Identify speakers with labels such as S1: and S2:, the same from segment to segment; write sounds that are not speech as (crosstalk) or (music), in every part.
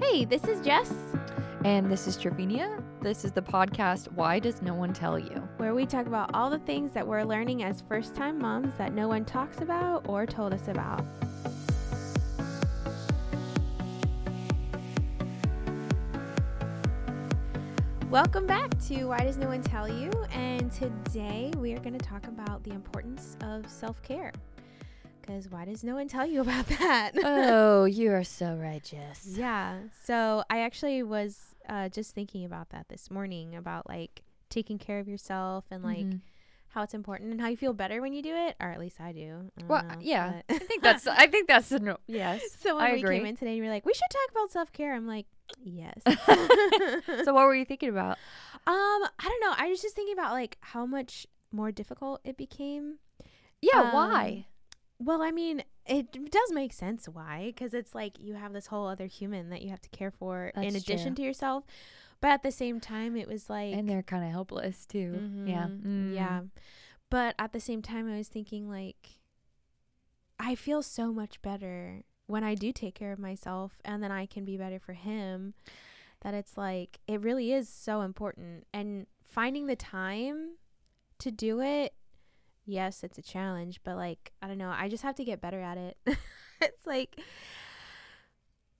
S1: Hey, this is Jess,
S2: And this is Trevinia. This is the podcast Why Does No One Tell You?
S1: where we talk about all the things that we're learning as first time moms that no one talks about or told us about. Welcome back to Why Does No One Tell You? And today we are going to talk about the importance of self care. Because why does no one tell you about (laughs) that?
S2: oh, you are so (laughs) righteous.
S1: Yeah. So I actually was uh, just thinking about that this morning about like taking care of yourself and like
S2: Mhm.
S1: how it's important and how you feel better when you do it, or at least I do. I don't
S2: Well,
S1: know,
S2: yeah.
S1: but-
S2: I think that's I think that's a no. Yes.
S1: (laughs)
S2: (laughs)
S1: so when
S2: I
S1: we
S2: agree.
S1: came in today, you were like, "We should talk about self care." I'm like,
S2: (laughs)
S1: "Yes." (laughs)
S2: So what were you thinking about?
S1: um, I don't know. I was just thinking about like how much more difficult it became.
S2: Yeah,
S1: Um,
S2: why?
S1: Well, I mean, it does make sense why, because it's like you have this whole other human that you have to care for in
S2: That's
S1: addition to yourself. But at the same time, it was like,
S2: And they're kind of helpless too. Um, Mm-hmm. Yeah. Mm.
S1: Mhm. yeah. But at the same time, I was thinking like, I feel so much better when I do take care of myself, and then I can be better for him. That it's like it really is so important, and finding the time to do it. Yes, it's a challenge, but like I don't know, I just have to get better at it. (laughs) it's like,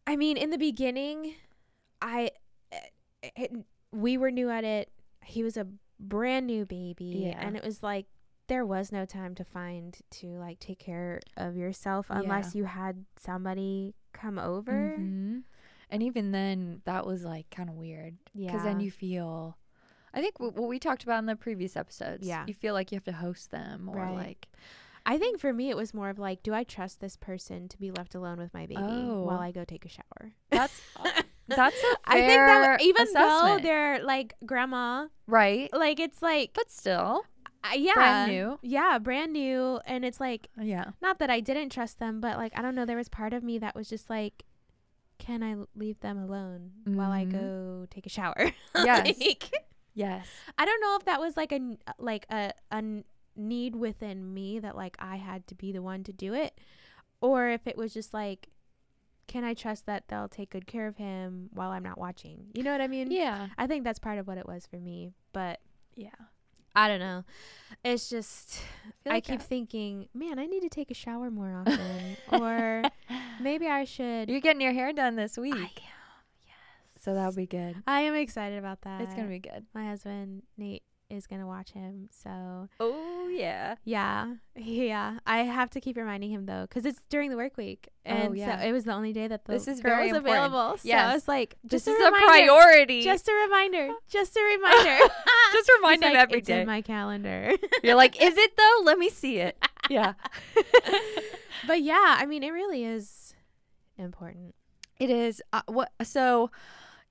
S1: I mean, in the beginning, I, it, we were new at it. He was a brand new baby,
S2: Yeah.
S1: and it was like there was no time to find to like take care of yourself
S2: Yeah.
S1: unless you had somebody come over.
S2: Mhm. And even then, that was like kind of weird
S1: Yeah,
S2: because then you feel. I think w- what we talked about in the previous episodes.
S1: Yeah.
S2: You feel like you have to host them or
S1: Right.
S2: like.
S1: I think for me it was more of like, do I trust this person to be left alone with my baby
S2: Oh.
S1: while I go take a shower? (laughs)
S2: That's that's a
S1: I think that
S2: fair
S1: even though
S2: assessment.
S1: they're like grandma,
S2: right,
S1: like it's like
S2: but still.
S1: uh, yeah,
S2: brand new.
S1: yeah, brand new, and it's like
S2: Yeah.
S1: not that I didn't trust them, but like I don't know, there was part of me that was just like, can I l- leave them alone while I
S2: Mhm.
S1: go take a shower? (laughs)
S2: Yes.
S1: Like,
S2: Yes.
S1: I don't know if that was like a n- like a a n- need within me that like I had to be the one to do it, or if it was just like, can I trust that they'll take good care of him while I'm not watching? You know what I mean?
S2: Yeah.
S1: I think that's part of what it was for me, but
S2: Yeah.
S1: I don't know. It's just
S2: feel
S1: I
S2: like
S1: keep
S2: that-
S1: thinking, man, I need to take a shower more
S2: (laughs)
S1: often, or (laughs) maybe I should.
S2: You're getting your hair done this
S1: I
S2: week,
S1: am.
S2: so that'll be good.
S1: I am excited about that.
S2: it's gonna be good.
S1: my husband Nate is gonna watch him, so
S2: Oh yeah.
S1: Yeah, (laughs) yeah. I have to keep reminding him though, because it's during the work week,
S2: Oh,
S1: and
S2: yeah.
S1: so it was the only day that the
S2: This is
S1: girl
S2: very
S1: was
S2: important.
S1: available. So I
S2: Yes.
S1: was like,
S2: This
S1: just
S2: is
S1: a,
S2: a
S1: reminder,
S2: priority. (laughs)
S1: Just a reminder. Just a reminder.
S2: Just
S1: (laughs)
S2: remind
S1: He's
S2: him
S1: like,
S2: every
S1: "It's in
S2: day.
S1: my calendar.
S2: (laughs) You're like, is it though? Let me see it. Yeah.
S1: (laughs) but yeah, I mean, it really is important.
S2: It is. Uh, what? So,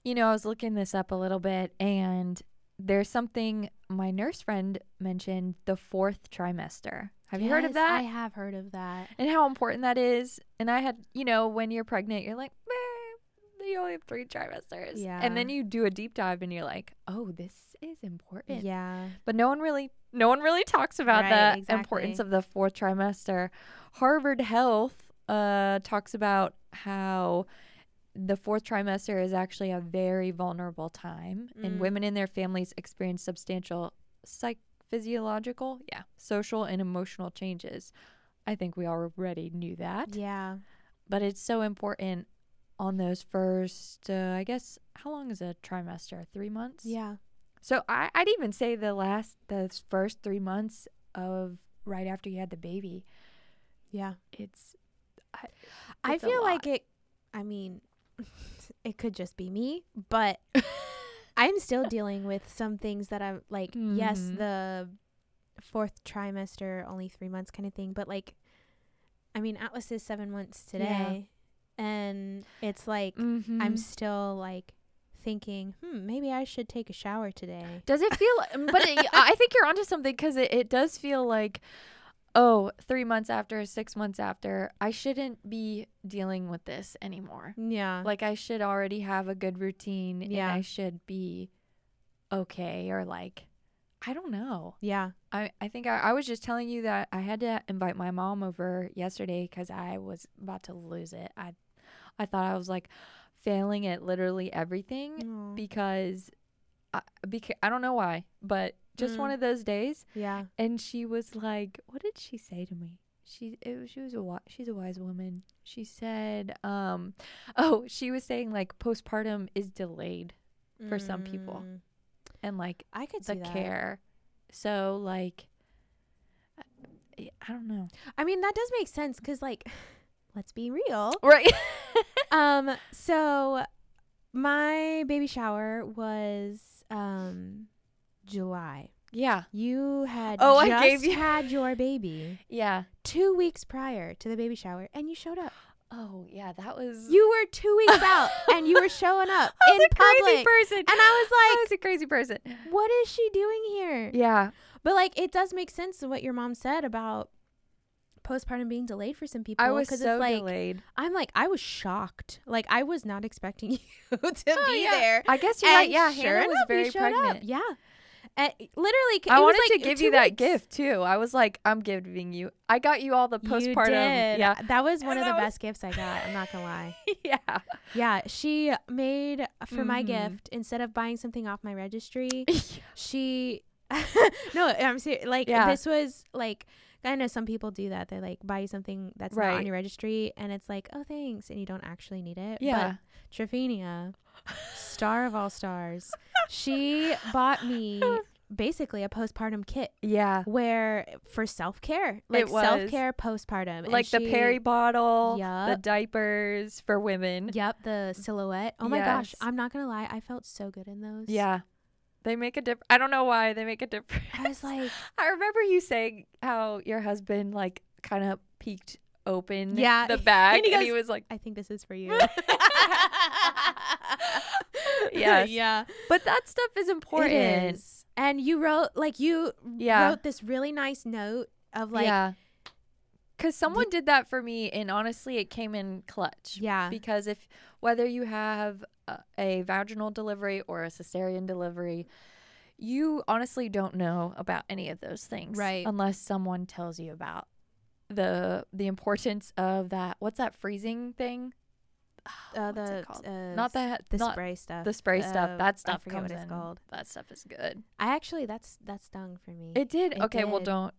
S2: you know, I was looking this up a little bit, and there's something my nurse friend mentioned: the fourth trimester. Have you heard of
S1: Yes,
S2: that?
S1: I have heard of that.
S2: and how important that is. And I had, you know, when you're pregnant, you're like, "Meh, you only have three trimesters.
S1: Yeah.
S2: And then you do a deep dive, and you're like, oh, this is important.
S1: Yeah,
S2: But no one really, no one really talks about
S1: Right,
S2: the importance
S1: exactly.
S2: of the fourth trimester. Harvard Health uh, talks about how the fourth trimester is actually a very vulnerable time,
S1: Mm.
S2: and women and their families experience substantial psych physiological, yeah, social and emotional changes. I think we already knew that,
S1: yeah.
S2: but it's so important on those first. Uh, I guess how long is a trimester? Three months.
S1: Yeah.
S2: So I, I'd even say the last, the first three months of right after you had the baby,
S1: Yeah.
S2: it's. I,
S1: I
S2: it's a
S1: feel like
S2: lot.
S1: it. I mean, (laughs) it could just be me, but I'm still dealing with some things that I'm like, yes,
S2: Mhm.
S1: the fourth trimester, only three months kind of thing. But like, I mean, Atlas is seven months today, and it's like I'm
S2: Mhm.
S1: still like thinking, hmm, maybe I should take a shower today.
S2: Does it feel? um, but it, I think you're onto something because it, it does feel like, oh, three months after, six months after, I shouldn't be dealing with this anymore.
S1: Yeah,
S2: Like I should already have a good routine
S1: Yeah.
S2: and I should be okay or like, I don't know.
S1: yeah,
S2: I, I think I, I was just telling you that I had to invite my mom over yesterday because I was about to lose it. I I thought I was like failing at literally everything
S1: Aw.
S2: because I, beca- I don't know why, but just one
S1: Mm.
S2: of those days.
S1: yeah.
S2: And she was like, "What did she say to me?" She it was, she was a wi- she's a wise woman. She said, um, (laughs) "Oh, she was saying like postpartum is delayed For some people.
S1: Mm.
S2: and like
S1: I could
S2: the
S1: see that.
S2: care." So like, I, I
S1: (laughs)
S2: don't know,
S1: I mean, that does make sense because, like, (sighs) let's be real. (laughs)
S2: (laughs) right?
S1: Um, so my baby shower was um July.
S2: yeah,
S1: You had
S2: Oh, I
S1: just
S2: gave you-
S1: had your baby
S2: yeah.
S1: (laughs) two weeks prior to the baby shower, and you showed up.
S2: Oh yeah, that was
S1: You (laughs) were two weeks out, and you were showing up
S2: (laughs)
S1: (laughs)
S2: I was
S1: in
S2: a crazy
S1: public.
S2: person,
S1: and I
S2: (laughs) I
S1: was
S2: was a crazy person.
S1: like, "What is she doing here?"
S2: Yeah,
S1: But like, it does make sense of what your mom said about postpartum being delayed for some people.
S2: I was
S1: 'cause
S2: so
S1: it's like,
S2: delayed.
S1: I'm like, I was shocked. Like, I was not expecting (laughs) you to be
S2: Oh, yeah.
S1: there.
S2: I guess you're right.
S1: And
S2: Yeah,
S1: sure
S2: Hannah was
S1: enough, you
S2: very
S1: showed up.
S2: pregnant.
S1: Yeah. And literally, c-
S2: I
S1: it was,
S2: wanted
S1: like,
S2: to give
S1: two
S2: you that
S1: weeks.
S2: gift too. I was like, I'm giving you. I got you all the
S1: You
S2: postpartum.
S1: did.
S2: Yeah,
S1: That was one
S2: And
S1: of the
S2: that was-
S1: best gifts I got. I'm not going to lie.
S2: (laughs)
S1: (laughs)
S2: yeah,
S1: Yeah. She made for my
S2: Mhm.
S1: gift, instead of buying something off my
S2: (laughs)
S1: registry, she. (laughs) no, I'm serious. Like,
S2: Yeah.
S1: this was like. I know some people do that. They like buy you something that's not
S2: Right.
S1: on your registry, and it's like, oh, thanks, and you don't actually need it.
S2: yeah.
S1: But Trevenia, star of all stars, she bought me basically a postpartum kit
S2: yeah,
S1: where for self care, like
S2: It was.
S1: self care postpartum, And
S2: like the
S1: she-
S2: Perry bottle, the
S1: Yup.
S2: diapers for women.
S1: Yep, the silhouette. Oh my gosh,
S2: Yes.
S1: I'm not gonna lie, I felt so good in those.
S2: Yeah, they make a difference. I don't know why they make a difference.
S1: I was like,
S2: (laughs) I remember you saying how your husband like kind of peeked open
S1: Yeah.
S2: the bag
S1: And he goes-
S2: was like
S1: (laughs) I think this is for you.
S2: (laughs) Yes.
S1: yeah,
S2: but that stuff is
S1: it
S2: important
S1: is. And you wrote like you
S2: Yeah.
S1: wrote this really nice note of like yeah,
S2: yeah because someone did that for me and honestly it came in clutch because if whether you have a, a vaginal delivery or a cesarean delivery you honestly don't know about any of those things
S1: Right.
S2: unless someone tells you about the the importance of that what's that freezing thing
S1: uh,
S2: What's
S1: the
S2: it called?
S1: uh,
S2: not the
S1: the
S2: not
S1: spray stuff.
S2: the spray
S1: Uh,
S2: stuff that
S1: I
S2: stuff
S1: forget
S2: comes
S1: what it's
S2: in.
S1: called.
S2: that stuff is good
S1: I actually that's that stung for me.
S2: it did
S1: It
S2: okay well
S1: did.
S2: don't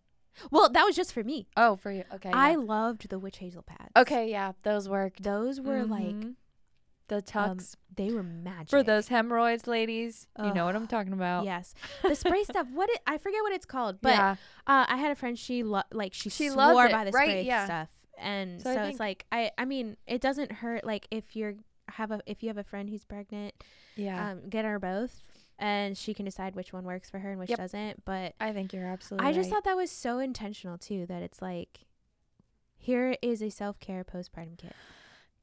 S1: well, that was just for me.
S2: oh for you okay
S1: I
S2: yeah.
S1: loved the witch hazel pads.
S2: okay yeah those worked
S1: Those were like
S2: Mhm. the
S1: Mm-hmm. um,
S2: tucks
S1: they were magic.
S2: for those hemorrhoids ladies you know what i'm
S1: Ugh,
S2: talking about (laughs)
S1: Yes. The (laughs) spray stuff, what it, I forget what it's called, but
S2: Yeah.
S1: uh, I had a friend she lo- like she,
S2: She
S1: swore
S2: loved it,
S1: by the
S2: right,
S1: spray
S2: yeah.
S1: stuff. And
S2: So
S1: so,
S2: I
S1: it's
S2: think-
S1: like I I mean, it doesn't hurt like if you're have a if you have a friend who's pregnant,
S2: yeah
S1: um get her both and she can decide which one works for her and which
S2: Yep.
S1: doesn't, but
S2: i think you're absolutely
S1: I just
S2: right.
S1: thought that was so intentional too that it's like here is a self-care postpartum kit.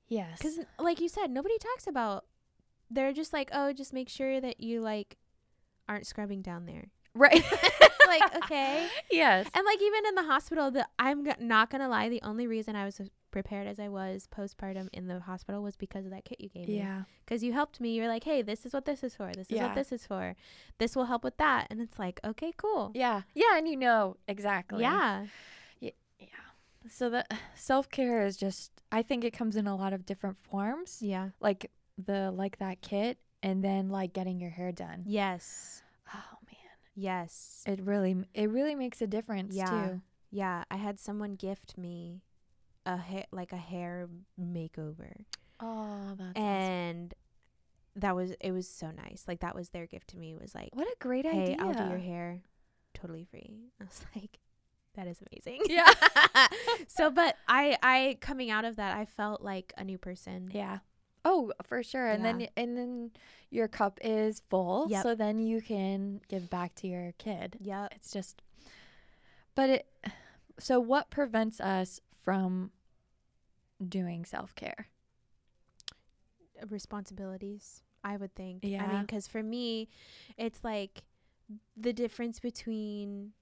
S2: yes
S1: Cuz like you said nobody talks about they're just like oh just make sure that you like aren't scrubbing down there.
S2: (laughs) right
S1: (laughs) It's like okay.
S2: (laughs) yes
S1: And like even in the hospital the I'm g- not going to lie the only reason I was as prepared as I was postpartum in the hospital was because of that kit you gave me.
S2: yeah
S1: Cuz you helped me. You're like, "Hey, this is what this is for. This is
S2: Yeah.
S1: what this is for. This will help with that." And it's like, "Okay, cool."
S2: yeah yeah and you know exactly
S1: Yeah.
S2: yeah so the (sighs) self-care is just i think it comes in a lot of different forms
S1: Yeah.
S2: like the like that kit and then like getting your hair done
S1: Yes.
S2: oh man
S1: Yes.
S2: it really it really makes a difference
S1: Yeah.
S2: too
S1: Yeah, I had someone gift me a hair like a hair makeover.
S2: oh that's awesome.
S1: and that was it was so nice like that was their gift to me was like
S2: what a great
S1: hey
S2: idea
S1: i'll do your hair totally free i was (laughs) like that is amazing
S2: Yeah.
S1: (laughs) so but i i coming out of that i felt like a new person
S2: yeah oh for sure and
S1: Yeah.
S2: then and then your cup is full
S1: Yep.
S2: so then you can give back to your kid
S1: yep
S2: it's just but it so what prevents us from doing self-care
S1: responsibilities i would think i mean
S2: Yeah.
S1: because for me it's like the difference between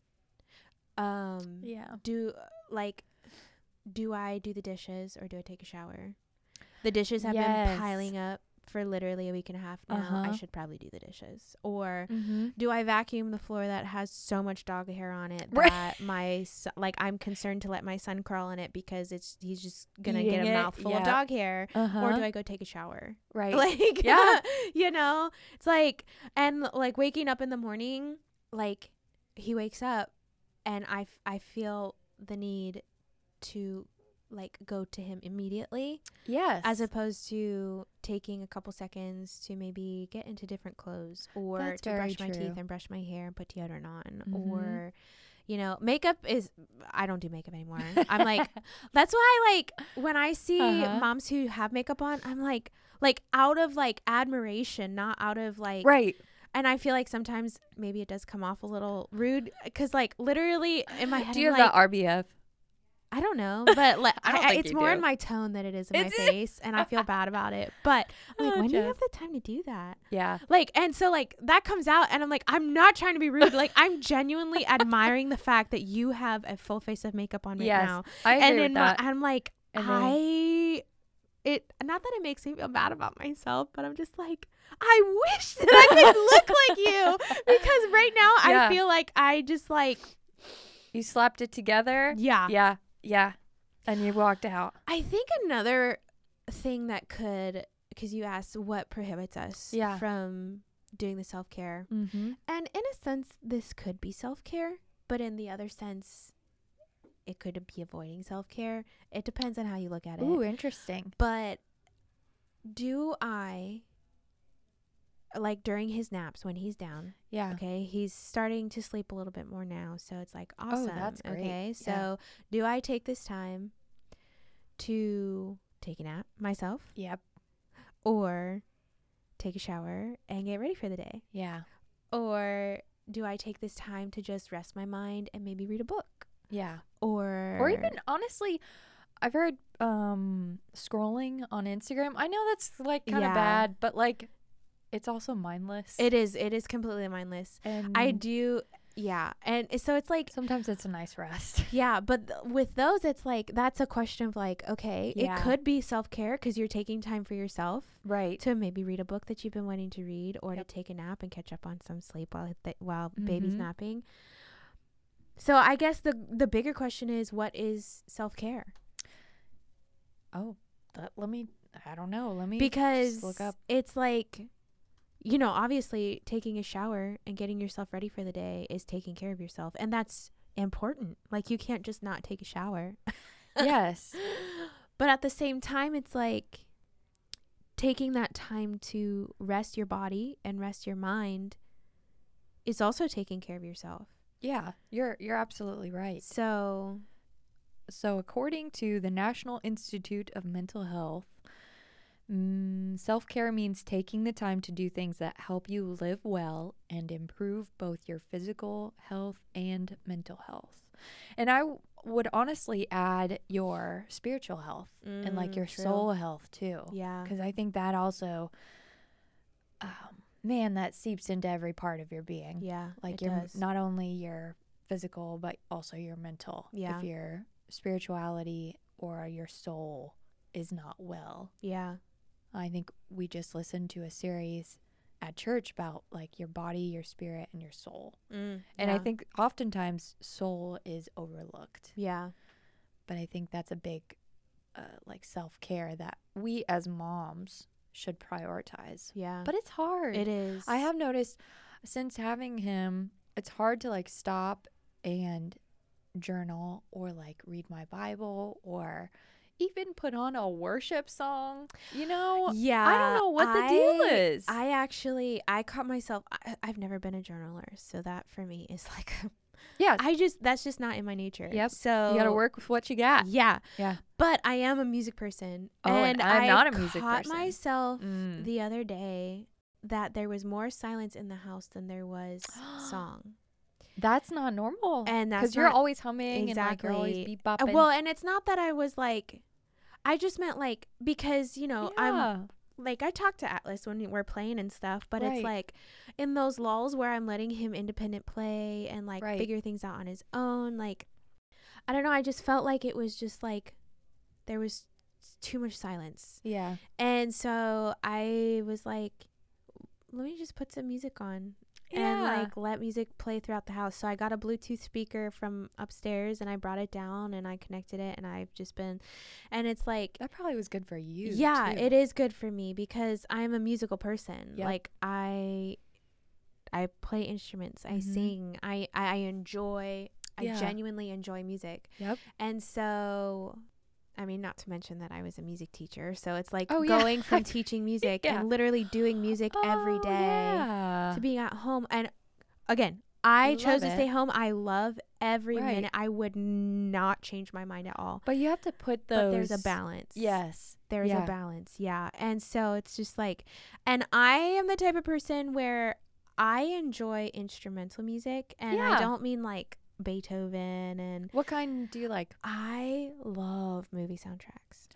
S1: um
S2: yeah
S1: do like do i do the dishes or do i take a shower the dishes have been
S2: Yes.
S1: piling up for literally a week and a half now.
S2: Uh-huh.
S1: I should probably do the dishes. Or
S2: Mm-hmm.
S1: do I vacuum the floor that has so much dog hair on it
S2: Right.
S1: that my son, like I'm concerned to let my son crawl in it because it's he's just gonna get
S2: Eating
S1: a
S2: it,
S1: mouthful of
S2: yeah.
S1: dog hair.
S2: Uh-huh.
S1: Or do I go take a shower?
S2: right.
S1: Like, (laughs)
S2: Yeah.
S1: you know, it's like, and like waking up in the morning, like he wakes up and I, f- I feel the need to like go to him immediately
S2: yes.
S1: as opposed to taking a couple seconds to maybe get into different clothes or
S2: That's
S1: to
S2: very
S1: brush my
S2: true.
S1: teeth and brush my hair and put deodorant on
S2: Mhm.
S1: or you know makeup is i don't do makeup anymore
S2: (laughs)
S1: i'm like that's why like when i see
S2: Uh-huh.
S1: moms who have makeup on i'm like like out of like admiration not out of like
S2: right.
S1: and i feel like sometimes maybe it does come off a little rude because like literally in my head
S2: (sighs) Do you
S1: I'm
S2: have
S1: like,
S2: that RBF?
S1: I don't
S2: (laughs)
S1: know, but like,
S2: I
S1: I
S2: don't
S1: I-
S2: think
S1: it's
S2: you
S1: more in
S2: do.
S1: my tone than it is in my
S2: It's- (laughs)
S1: face, and I feel bad about it. But I'm like,
S2: Oh,
S1: when do you
S2: Jess.
S1: have the time to do that?
S2: Yeah.
S1: Like, and so like that comes out, and I'm like, I'm not trying to be rude. Like,
S2: (laughs)
S1: I'm genuinely admiring the fact that you have a full face of makeup on right
S2: Yes,
S1: now,
S2: I agree
S1: and
S2: with
S1: in my,
S2: that.
S1: I'm like,
S2: And then-
S1: I. It not that it makes me feel bad about myself, but I'm just like I wish that I could look like
S2: (laughs)
S1: you because right now
S2: Yeah.
S1: I feel like I just like
S2: you slapped it together.
S1: yeah
S2: Yeah. Yeah. And you walked out.
S1: I think another thing that could, because you asked what prohibits us
S2: Yeah.
S1: from doing the self care.
S2: Mm-hmm.
S1: And in a sense, this could be self care, but in the other sense, it could be avoiding self care. It depends on how you look at it.
S2: Ooh, interesting.
S1: But do I, like during his naps when he's down,
S2: Yeah.
S1: Okay, he's starting to sleep a little bit more now, so it's like awesome.
S2: Oh, that's great. Yeah.
S1: Okay, so do I take this time to take a nap myself
S2: Yep.
S1: or take a shower and get ready for the day?
S2: Yeah.
S1: Or do I take this time to just rest my mind and maybe read a book?
S2: Yeah.
S1: Or
S2: Or even honestly, I've heard um scrolling on Instagram. I know that's like kind of
S1: Yeah.
S2: bad, but like it's also mindless.
S1: it is it is completely mindless.
S2: and
S1: I do yeah. And so it's like
S2: sometimes it's a nice rest. (laughs)
S1: Yeah, but th- with those, it's like that's a question of like, okay,
S2: Yeah.
S1: it could be self care because you're taking time for yourself
S2: Right.
S1: to maybe read a book that you've been wanting to read, or
S2: Yep.
S1: to take a nap and catch up on some sleep while th- while baby's
S2: Mhm.
S1: napping. So I guess the the bigger question is, what is self care?
S2: Oh, that, let me I don't know. Let me just
S1: Because (laughs)
S2: look up.
S1: it's like, you know, obviously taking a shower and getting yourself ready for the day is taking care of yourself, and that's important. Like you can't just not take a shower.
S2: yes.
S1: But at the same time, it's like taking that time to rest your body and rest your mind is also taking care of yourself.
S2: Yeah. You're you're absolutely right.
S1: So,
S2: So, according to the National Institute of Mental Health, mm, self care means taking the time to do things that help you live well and improve both your physical health and mental health. And I w- would honestly add your spiritual health and like
S1: Mm,
S2: your
S1: true.
S2: soul health too.
S1: yeah.
S2: Because I think that also, um, man, that seeps into every part of your being
S1: Yeah.
S2: like
S1: it
S2: your
S1: does.
S2: not only your physical but also your mental
S1: Yeah.
S2: if your spirituality or your soul is not well
S1: Yeah.
S2: i think we just listened to a series at church about like your body your spirit and your soul
S1: Mm,
S2: and i
S1: yeah.
S2: think oftentimes soul is overlooked
S1: Yeah.
S2: but i think that's a big uh, like self-care that we as moms should prioritize
S1: Yeah.
S2: but it's hard
S1: it is.
S2: I have noticed since having him, it's hard to like stop and journal or like read my Bible or even put on a worship song. You know,
S1: Yeah.
S2: I don't know what the deal
S1: I-
S2: is.
S1: I actually, I caught myself. I, I've never been a journaler, so that for me is (laughs) like,
S2: yeah,
S1: I just that's just not in my nature.
S2: Yep.
S1: So
S2: you got to work with what you got.
S1: Yeah.
S2: Yeah.
S1: But I am a music person.
S2: Oh, and I'm
S1: I
S2: not a music
S1: caught
S2: person.
S1: myself
S2: Mm.
S1: the other day that there was more silence in the house than there
S2: (gasps)
S1: was song.
S2: That's not normal.
S1: And
S2: because
S1: that's
S2: you're
S1: not-
S2: always humming and like you're always
S1: Exactly.
S2: beep
S1: Uh,
S2: bopping.
S1: well, and it's not that I was like I just meant like because, you know, I'm
S2: Yeah.
S1: like I talk to Atlas when we're playing and stuff, but
S2: Right.
S1: it's like in those lulls where I'm letting him independent play and like
S2: Right.
S1: figure things out on his own, like I don't know, I just felt like it was just like there was too much silence.
S2: Yeah.
S1: And so I was like, let me just put some music on and
S2: Yeah.
S1: like let music play throughout the house. So I got a Bluetooth speaker from upstairs and I brought it down and I connected it and I've just been and it's like
S2: That probably was good for you.
S1: yeah,
S2: too.
S1: it is good for me because I'm a musical person.
S2: Yeah.
S1: Like I I play instruments, I
S2: Mhm.
S1: sing, I I I enjoy
S2: Yeah.
S1: I genuinely enjoy music.
S2: Yep.
S1: And so I mean, not to mention that I was a music teacher, so it's like
S2: Oh, yeah.
S1: going
S2: (laughs)
S1: from teaching music
S2: Yeah.
S1: and literally doing music every
S2: Oh,
S1: day
S2: Yeah.
S1: to being at home. And again, I
S2: Love
S1: chose to
S2: it.
S1: stay home. I love every
S2: Right.
S1: minute. I would not change my mind at all.
S2: But you have to put those.
S1: But there's a balance.
S2: Yes.
S1: There's
S2: yeah.
S1: a balance. Yeah. And so it's just like, and I am the type of person where I enjoy instrumental music. And
S2: Yeah.
S1: I don't mean like Beethoven. And
S2: What kind do you like?
S1: I love movie soundtracks.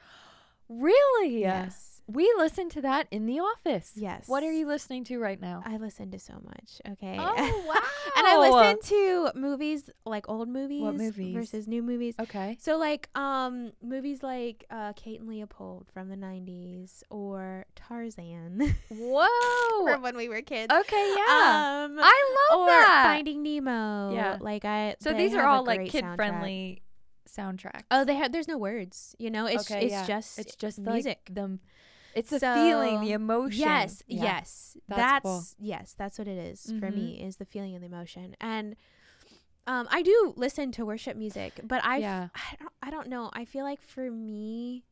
S2: Really?
S1: Yes.
S2: We listen to that in the office.
S1: Yes.
S2: What are you listening to right now?
S1: I listen to so much. Okay.
S2: Oh, wow.
S1: (laughs) and I listen to movies like old movies,
S2: movies?
S1: versus new movies.
S2: Okay.
S1: So like um movies like uh Kate and Leopold from the 90s or Tarzan (laughs)
S2: Whoa.
S1: from when we were kids.
S2: Okay, yeah.
S1: Um
S2: I love
S1: or
S2: that.
S1: Finding Nemo.
S2: Yeah.
S1: Like I
S2: so
S1: they
S2: these are
S1: have a
S2: all like
S1: great
S2: kid
S1: soundtrack.
S2: friendly soundtracks.
S1: Oh, they have there's no words, you know? It's
S2: Okay,
S1: it's
S2: yeah.
S1: just
S2: it's just like,
S1: music.
S2: the it's the feeling,
S1: So-
S2: the emotion.
S1: Yes,
S2: Yeah.
S1: yes.
S2: That's
S1: That's,
S2: cool.
S1: yes, that's what it is for
S2: Mhm.
S1: me is the feeling and the emotion. And um I do listen to worship music, but I f-
S2: Yeah.
S1: I don't I don't know. I feel like for me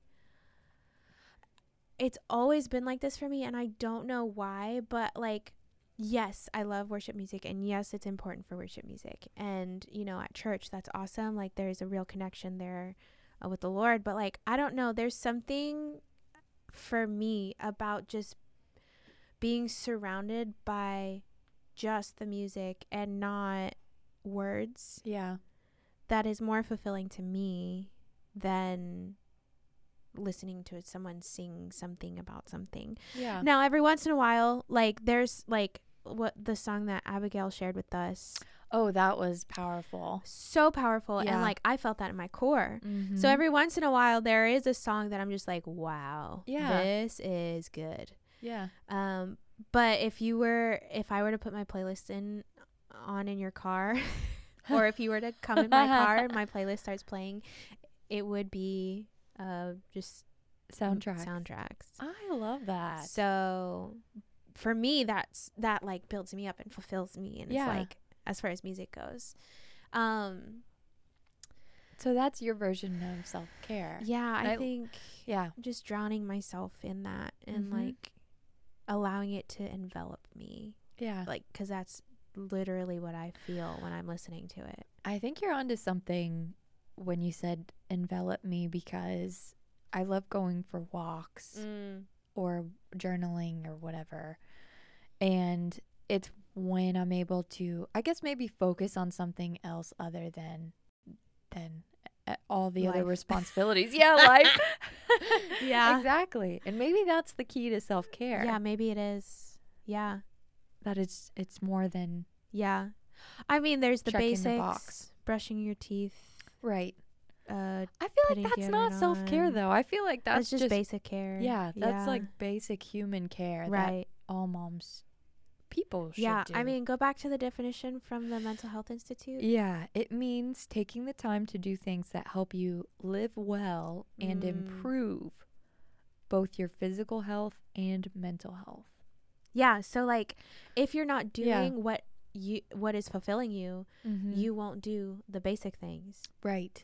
S1: it's always been like this for me and I don't know why, but like yes, I love worship music and yes, it's important for worship music. And you know, at church that's awesome. Like there's a real connection there uh, with the Lord, but like I don't know, there's something for me about just being surrounded by just the music and not words
S2: Yeah.
S1: that is more fulfilling to me than listening to someone sing something about something.
S2: Yeah.
S1: Now, every once in a while, like there's like what the song that Abigail shared with us,
S2: Oh, that was powerful.
S1: so powerful
S2: Yeah.
S1: and like I felt that in my core.
S2: Mm-hmm.
S1: So every once in a while there is a song that I'm just like, wow,
S2: Yeah.
S1: this is good.
S2: yeah.
S1: Um, but if you were, if I were to put my playlist in on in your car, (laughs) or if you were to come in my car and my playlist starts playing, it would be uh just m-
S2: Soundtrack.
S1: soundtracks.
S2: I love that.
S1: So for me, that's that like builds me up and fulfills me, and
S2: Yeah.
S1: it's like as far as music goes. Um,
S2: So that's your version of self care.
S1: yeah, I,
S2: I-
S1: think
S2: Yeah.
S1: I'm just drowning myself in that and
S2: Mhm.
S1: like allowing it to envelop me.
S2: Yeah.
S1: like because that's literally what i feel when i'm listening to it
S2: I think you're onto something when you said envelop me because I love going for walks or journaling or whatever. And it's when I'm able to I guess maybe focus on something else other than than uh, all the other (laughs)
S1: Life.
S2: responsibilities. yeah, (laughs) life.
S1: Yeah.
S2: Exactly. And maybe that's the key to self-care.
S1: yeah maybe it is yeah
S2: That it's it's more than
S1: yeah i mean there's the
S2: Checking the
S1: basics
S2: box.
S1: brushing your teeth
S2: right.
S1: uh
S2: I feel
S1: Putting
S2: like that's not
S1: deodorant
S2: self-care
S1: on.
S2: though. I feel like
S1: that's,
S2: that's,
S1: just, basic care
S2: Yeah, that's
S1: Yeah.
S2: like basic human care that
S1: right
S2: all moms people should
S1: yeah i
S2: do.
S1: mean go back to the definition from the mental health institute
S2: Yeah, it means taking the time to do things that help you live well and
S1: Mm.
S2: improve both your physical health and mental health.
S1: yeah so like if you're not doing
S2: Yeah. Mm-hmm.
S1: what you what is fulfilling you you won't do the basic things
S2: right.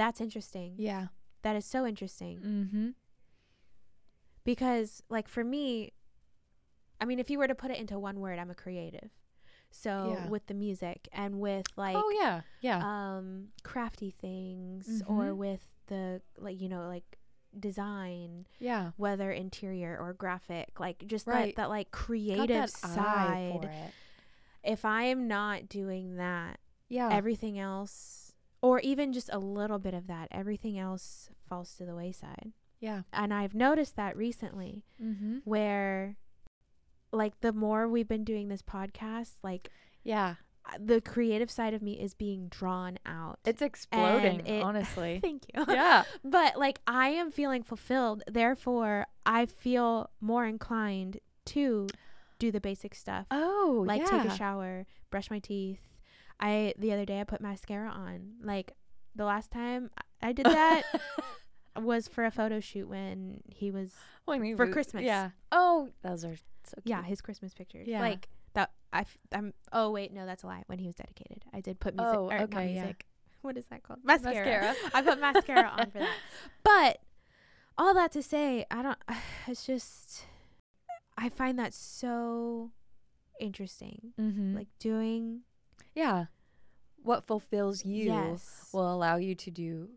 S1: that's interesting
S2: Yeah.
S1: that is so interesting
S2: Mm-hmm.
S1: because like for me i mean if you were to put it into one word i'm a creative so
S2: Yeah.
S1: with the music and with like
S2: oh yeah. Yeah.
S1: um crafty things or
S2: Mhm.
S1: with the like you know like design
S2: yeah.
S1: whether interior or graphic like just
S2: Right.
S1: that, that like
S2: Got
S1: creative
S2: that eye for
S1: side
S2: it.
S1: if i am not doing that
S2: Yeah.
S1: everything else or even just a little bit of that everything else falls to the wayside
S2: yeah.
S1: and i've noticed that recently
S2: Mm-hmm.
S1: where like the more we've been doing this podcast like
S2: Yeah.
S1: the creative side of me is being drawn out.
S2: It's exploding,
S1: And it-
S2: honestly.
S1: (laughs) Thank you.
S2: yeah.
S1: But like I am feeling fulfilled, therefore I feel more inclined to do the basic stuff.
S2: Oh,
S1: like
S2: yeah. (laughs)
S1: take a shower, brush my teeth. I the other day I put mascara on. Like the last time I
S2: (laughs)
S1: I did (laughs) that was for a photo shoot when he was
S2: When we
S1: for
S2: wo-
S1: Christmas.
S2: Yeah. Oh, those are so cute.
S1: yeah, his Christmas pictures.
S2: Yeah.
S1: Like that I f- I'm oh wait, no that's a lie. When he was dedicated. I did put music
S2: Oh,
S1: or not
S2: okay, yeah.
S1: music. What is that called? (laughs) Mascara.
S2: Mascara.
S1: I put mascara on for that. But all that to say, I don't (sighs) it's just I find that so interesting.
S2: (laughs) Mm-hmm.
S1: Like doing
S2: yeah. What fulfills you
S1: yes.
S2: will allow you to do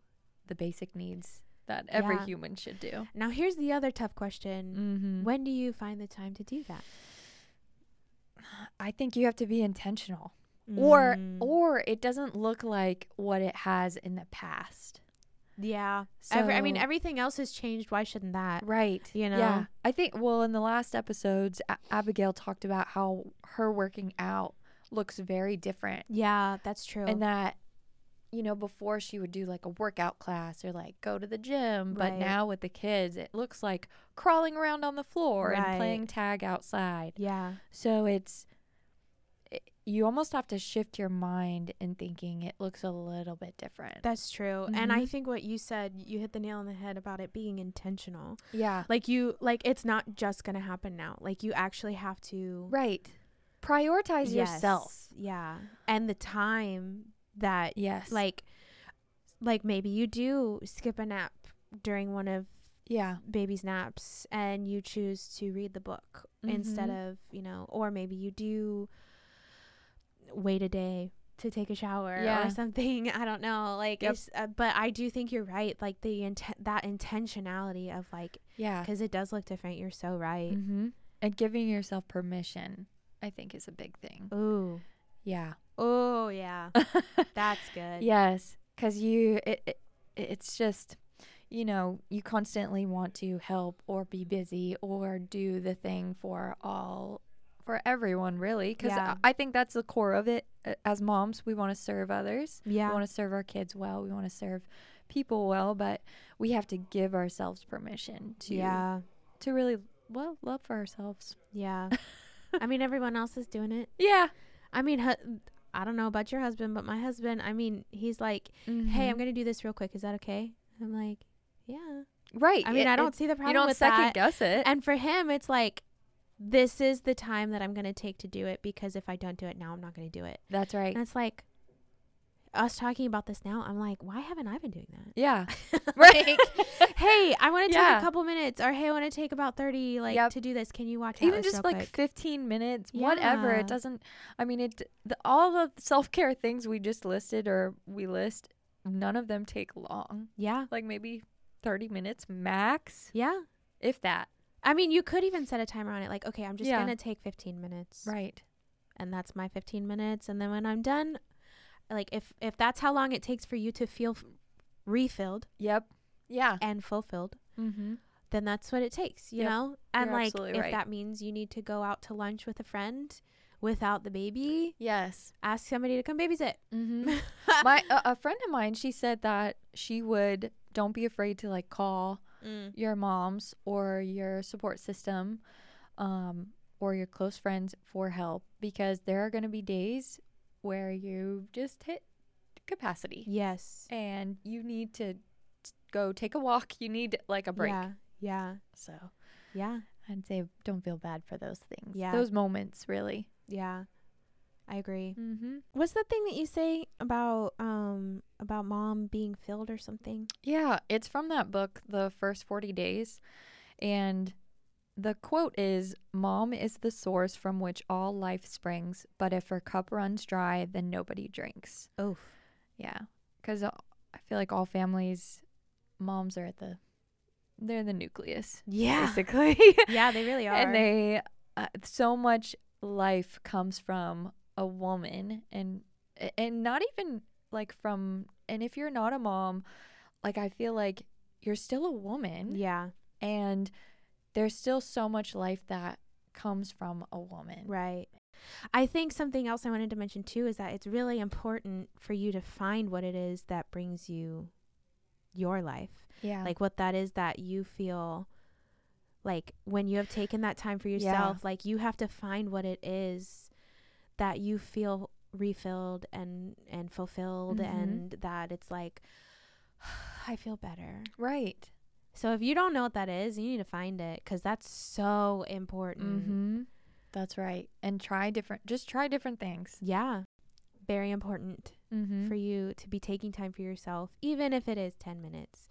S2: the basic needs that every
S1: Yeah.
S2: human should do.
S1: Now, here's the other tough question.
S2: Mm-hmm.
S1: When do you find the time to do that?
S2: I think you have to be intentional. Or
S1: Mm.
S2: or it doesn't look like what it has in the past.
S1: yeah. Every, I mean,
S2: So-
S1: everything else has changed. Why shouldn't that?
S2: Right.
S1: you
S2: Yeah.
S1: know?
S2: I think, well, in the last episodes, A- Abigail talked about how her working out looks very different.
S1: Yeah, that's true.
S2: And that, you know, before she would do like a workout class or like go to the gym. But
S1: Right.
S2: now with the kids, it looks like crawling around on the floor
S1: Right.
S2: and playing tag outside.
S1: yeah.
S2: So it's, it- you almost have to shift your mind in thinking it looks a little bit different.
S1: That's true. And
S2: Mhm.
S1: I think what you said, you hit the nail on the head about it being intentional.
S2: yeah.
S1: Like you like it's not just going to happen now. Like you actually have to
S2: Right. Prioritize yourself.
S1: Yes, Yeah. And the time that
S2: Yes.
S1: like like maybe you do skip a nap during one of
S2: yeah.
S1: baby's naps and you choose to read the book instead
S2: Mhm.
S1: of, you know, or maybe you do wait a day to take a shower
S2: Yeah.
S1: or something. (laughs) I don't know. Like,
S2: Yep.
S1: it's, uh, but I do think you're right. Like the inten- that intentionality of like,
S2: Yeah.
S1: because it does look different. You're so right.
S2: Mm-hmm. And giving yourself permission, I think, is a big thing.
S1: Ooh.
S2: (laughs) Yeah.
S1: Oh yeah, that's good.
S2: yes. Because you, it, it, it's just, you know, you constantly want to help or be busy or do the thing for all, for everyone, really. Because
S1: Yeah.
S2: I think that's the core of it. A- As moms, we want to serve others.
S1: Yeah.
S2: We want to serve our kids well. We want to serve people well, but we have to give ourselves permission to,
S1: yeah.
S2: to really, well, love for ourselves.
S1: Yeah. I mean, everyone else is doing it.
S2: Yeah.
S1: I mean, hu- I don't know about your husband, but my husband, I mean, he's like,
S2: Mm-hmm.
S1: hey, I'm going to do this real quick. Is that okay? I'm like, yeah.
S2: Right.
S1: I mean,
S2: It-
S1: I
S2: it-
S1: don't see the problem
S2: you don't
S1: with
S2: second
S1: that.
S2: guess it.
S1: And for him, it's like, this is the time that I'm going to take to do it because if I don't do it now, I'm not going to do it.
S2: That's right.
S1: And it's like, us talking about this now, I'm like, why haven't I been doing that? (laughs)
S2: yeah.
S1: Right. hey, I want to take
S2: Yeah.
S1: a couple minutes, or hey, I want to take about 30 like
S2: Yep.
S1: to do this. Can you watch
S2: Even
S1: Atlas real
S2: just like
S1: quick?
S2: 15 minutes, whatever.
S1: Yeah.
S2: It doesn't, I mean, it, the, all the self care things we just listed or we list, none of them take long.
S1: yeah.
S2: Like maybe 30 minutes max,
S1: Yeah.
S2: if that.
S1: I mean, you could even set a timer on it. Like, okay, I'm just
S2: Yeah.
S1: gonna take 15 minutes,
S2: Right.
S1: and that's my 15 minutes. And then when I'm done, like if if that's how long it takes for you to feel f- refilled
S2: Yep. Yeah.
S1: and fulfilled,
S2: Mm-hmm.
S1: then that's what it takes, you
S2: Yep.
S1: know. And
S2: You're
S1: like
S2: absolutely
S1: if
S2: right.
S1: that means you need to go out to lunch with a friend without the baby,
S2: Yes.
S1: ask somebody to come babysit.
S2: Mm-hmm. (laughs)
S1: Mm. (laughs)
S2: My,
S1: uh,
S2: a, a friend of mine, she said that she would, don't be afraid to like call
S1: Mm.
S2: your mom's or your support system um, or your close friends for help because there are going to be days where you just hit capacity
S1: yes,
S2: and you need to t- go take a walk. You need like a break.
S1: yeah, yeah,
S2: So
S1: yeah,
S2: I'd say don't feel bad for those things.
S1: Yeah.
S2: Those moments, really.
S1: yeah. I agree.
S2: Mm-hmm.
S1: What's the thing that you say about um about mom being filled or something?
S2: Yeah. It's from that book, The First 40 Days. And the quote is Mom is the source from which all life springs, but if her cup runs dry, then nobody drinks.
S1: Oof.
S2: Yeah, because I feel like all families, moms are at the, they're the nucleus
S1: Yeah.
S2: basically, (laughs)
S1: Yeah, they (laughs) really are.
S2: and they, uh, so much life comes from a woman, and and not even like from, and if you're not a mom, like I feel like you're still a woman,
S1: yeah,
S2: and there's still so much life that comes from a woman,
S1: right. I think something else I wanted to mention too is that it's really important for you to find what it is that brings you your life.
S2: Yeah.
S1: Like what that is that you feel like when you have taken that time for
S2: Yeah.
S1: yourself, like you have to find what it is that you feel refilled and and fulfilled
S2: Mhm.
S1: and that it's like (sighs) I feel better.
S2: right.
S1: So if you don't know what that is, you need to find it cuz that's so important.
S2: Mm-hmm. That's right. And try different. Just try different things.
S1: Yeah. Very important.
S2: Mm-hmm.
S1: for you to be taking time for yourself, even if it is 10 minutes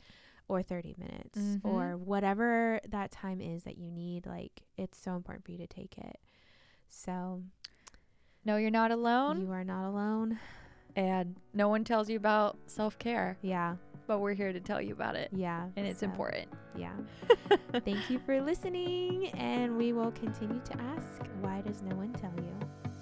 S1: or 30 minutes
S2: Mhm.
S1: or whatever that time is that you need. Like, it's so important for you to take it. So,
S2: No, you're not alone.
S1: you are not alone.
S2: and no one tells you about self care,
S1: Yeah.
S2: but we're here to tell you about it.
S1: Yeah.
S2: And it's
S1: so,
S2: important.
S1: Yeah.
S2: (laughs)
S1: Thank you for listening. And we will continue to ask why does no one tell you?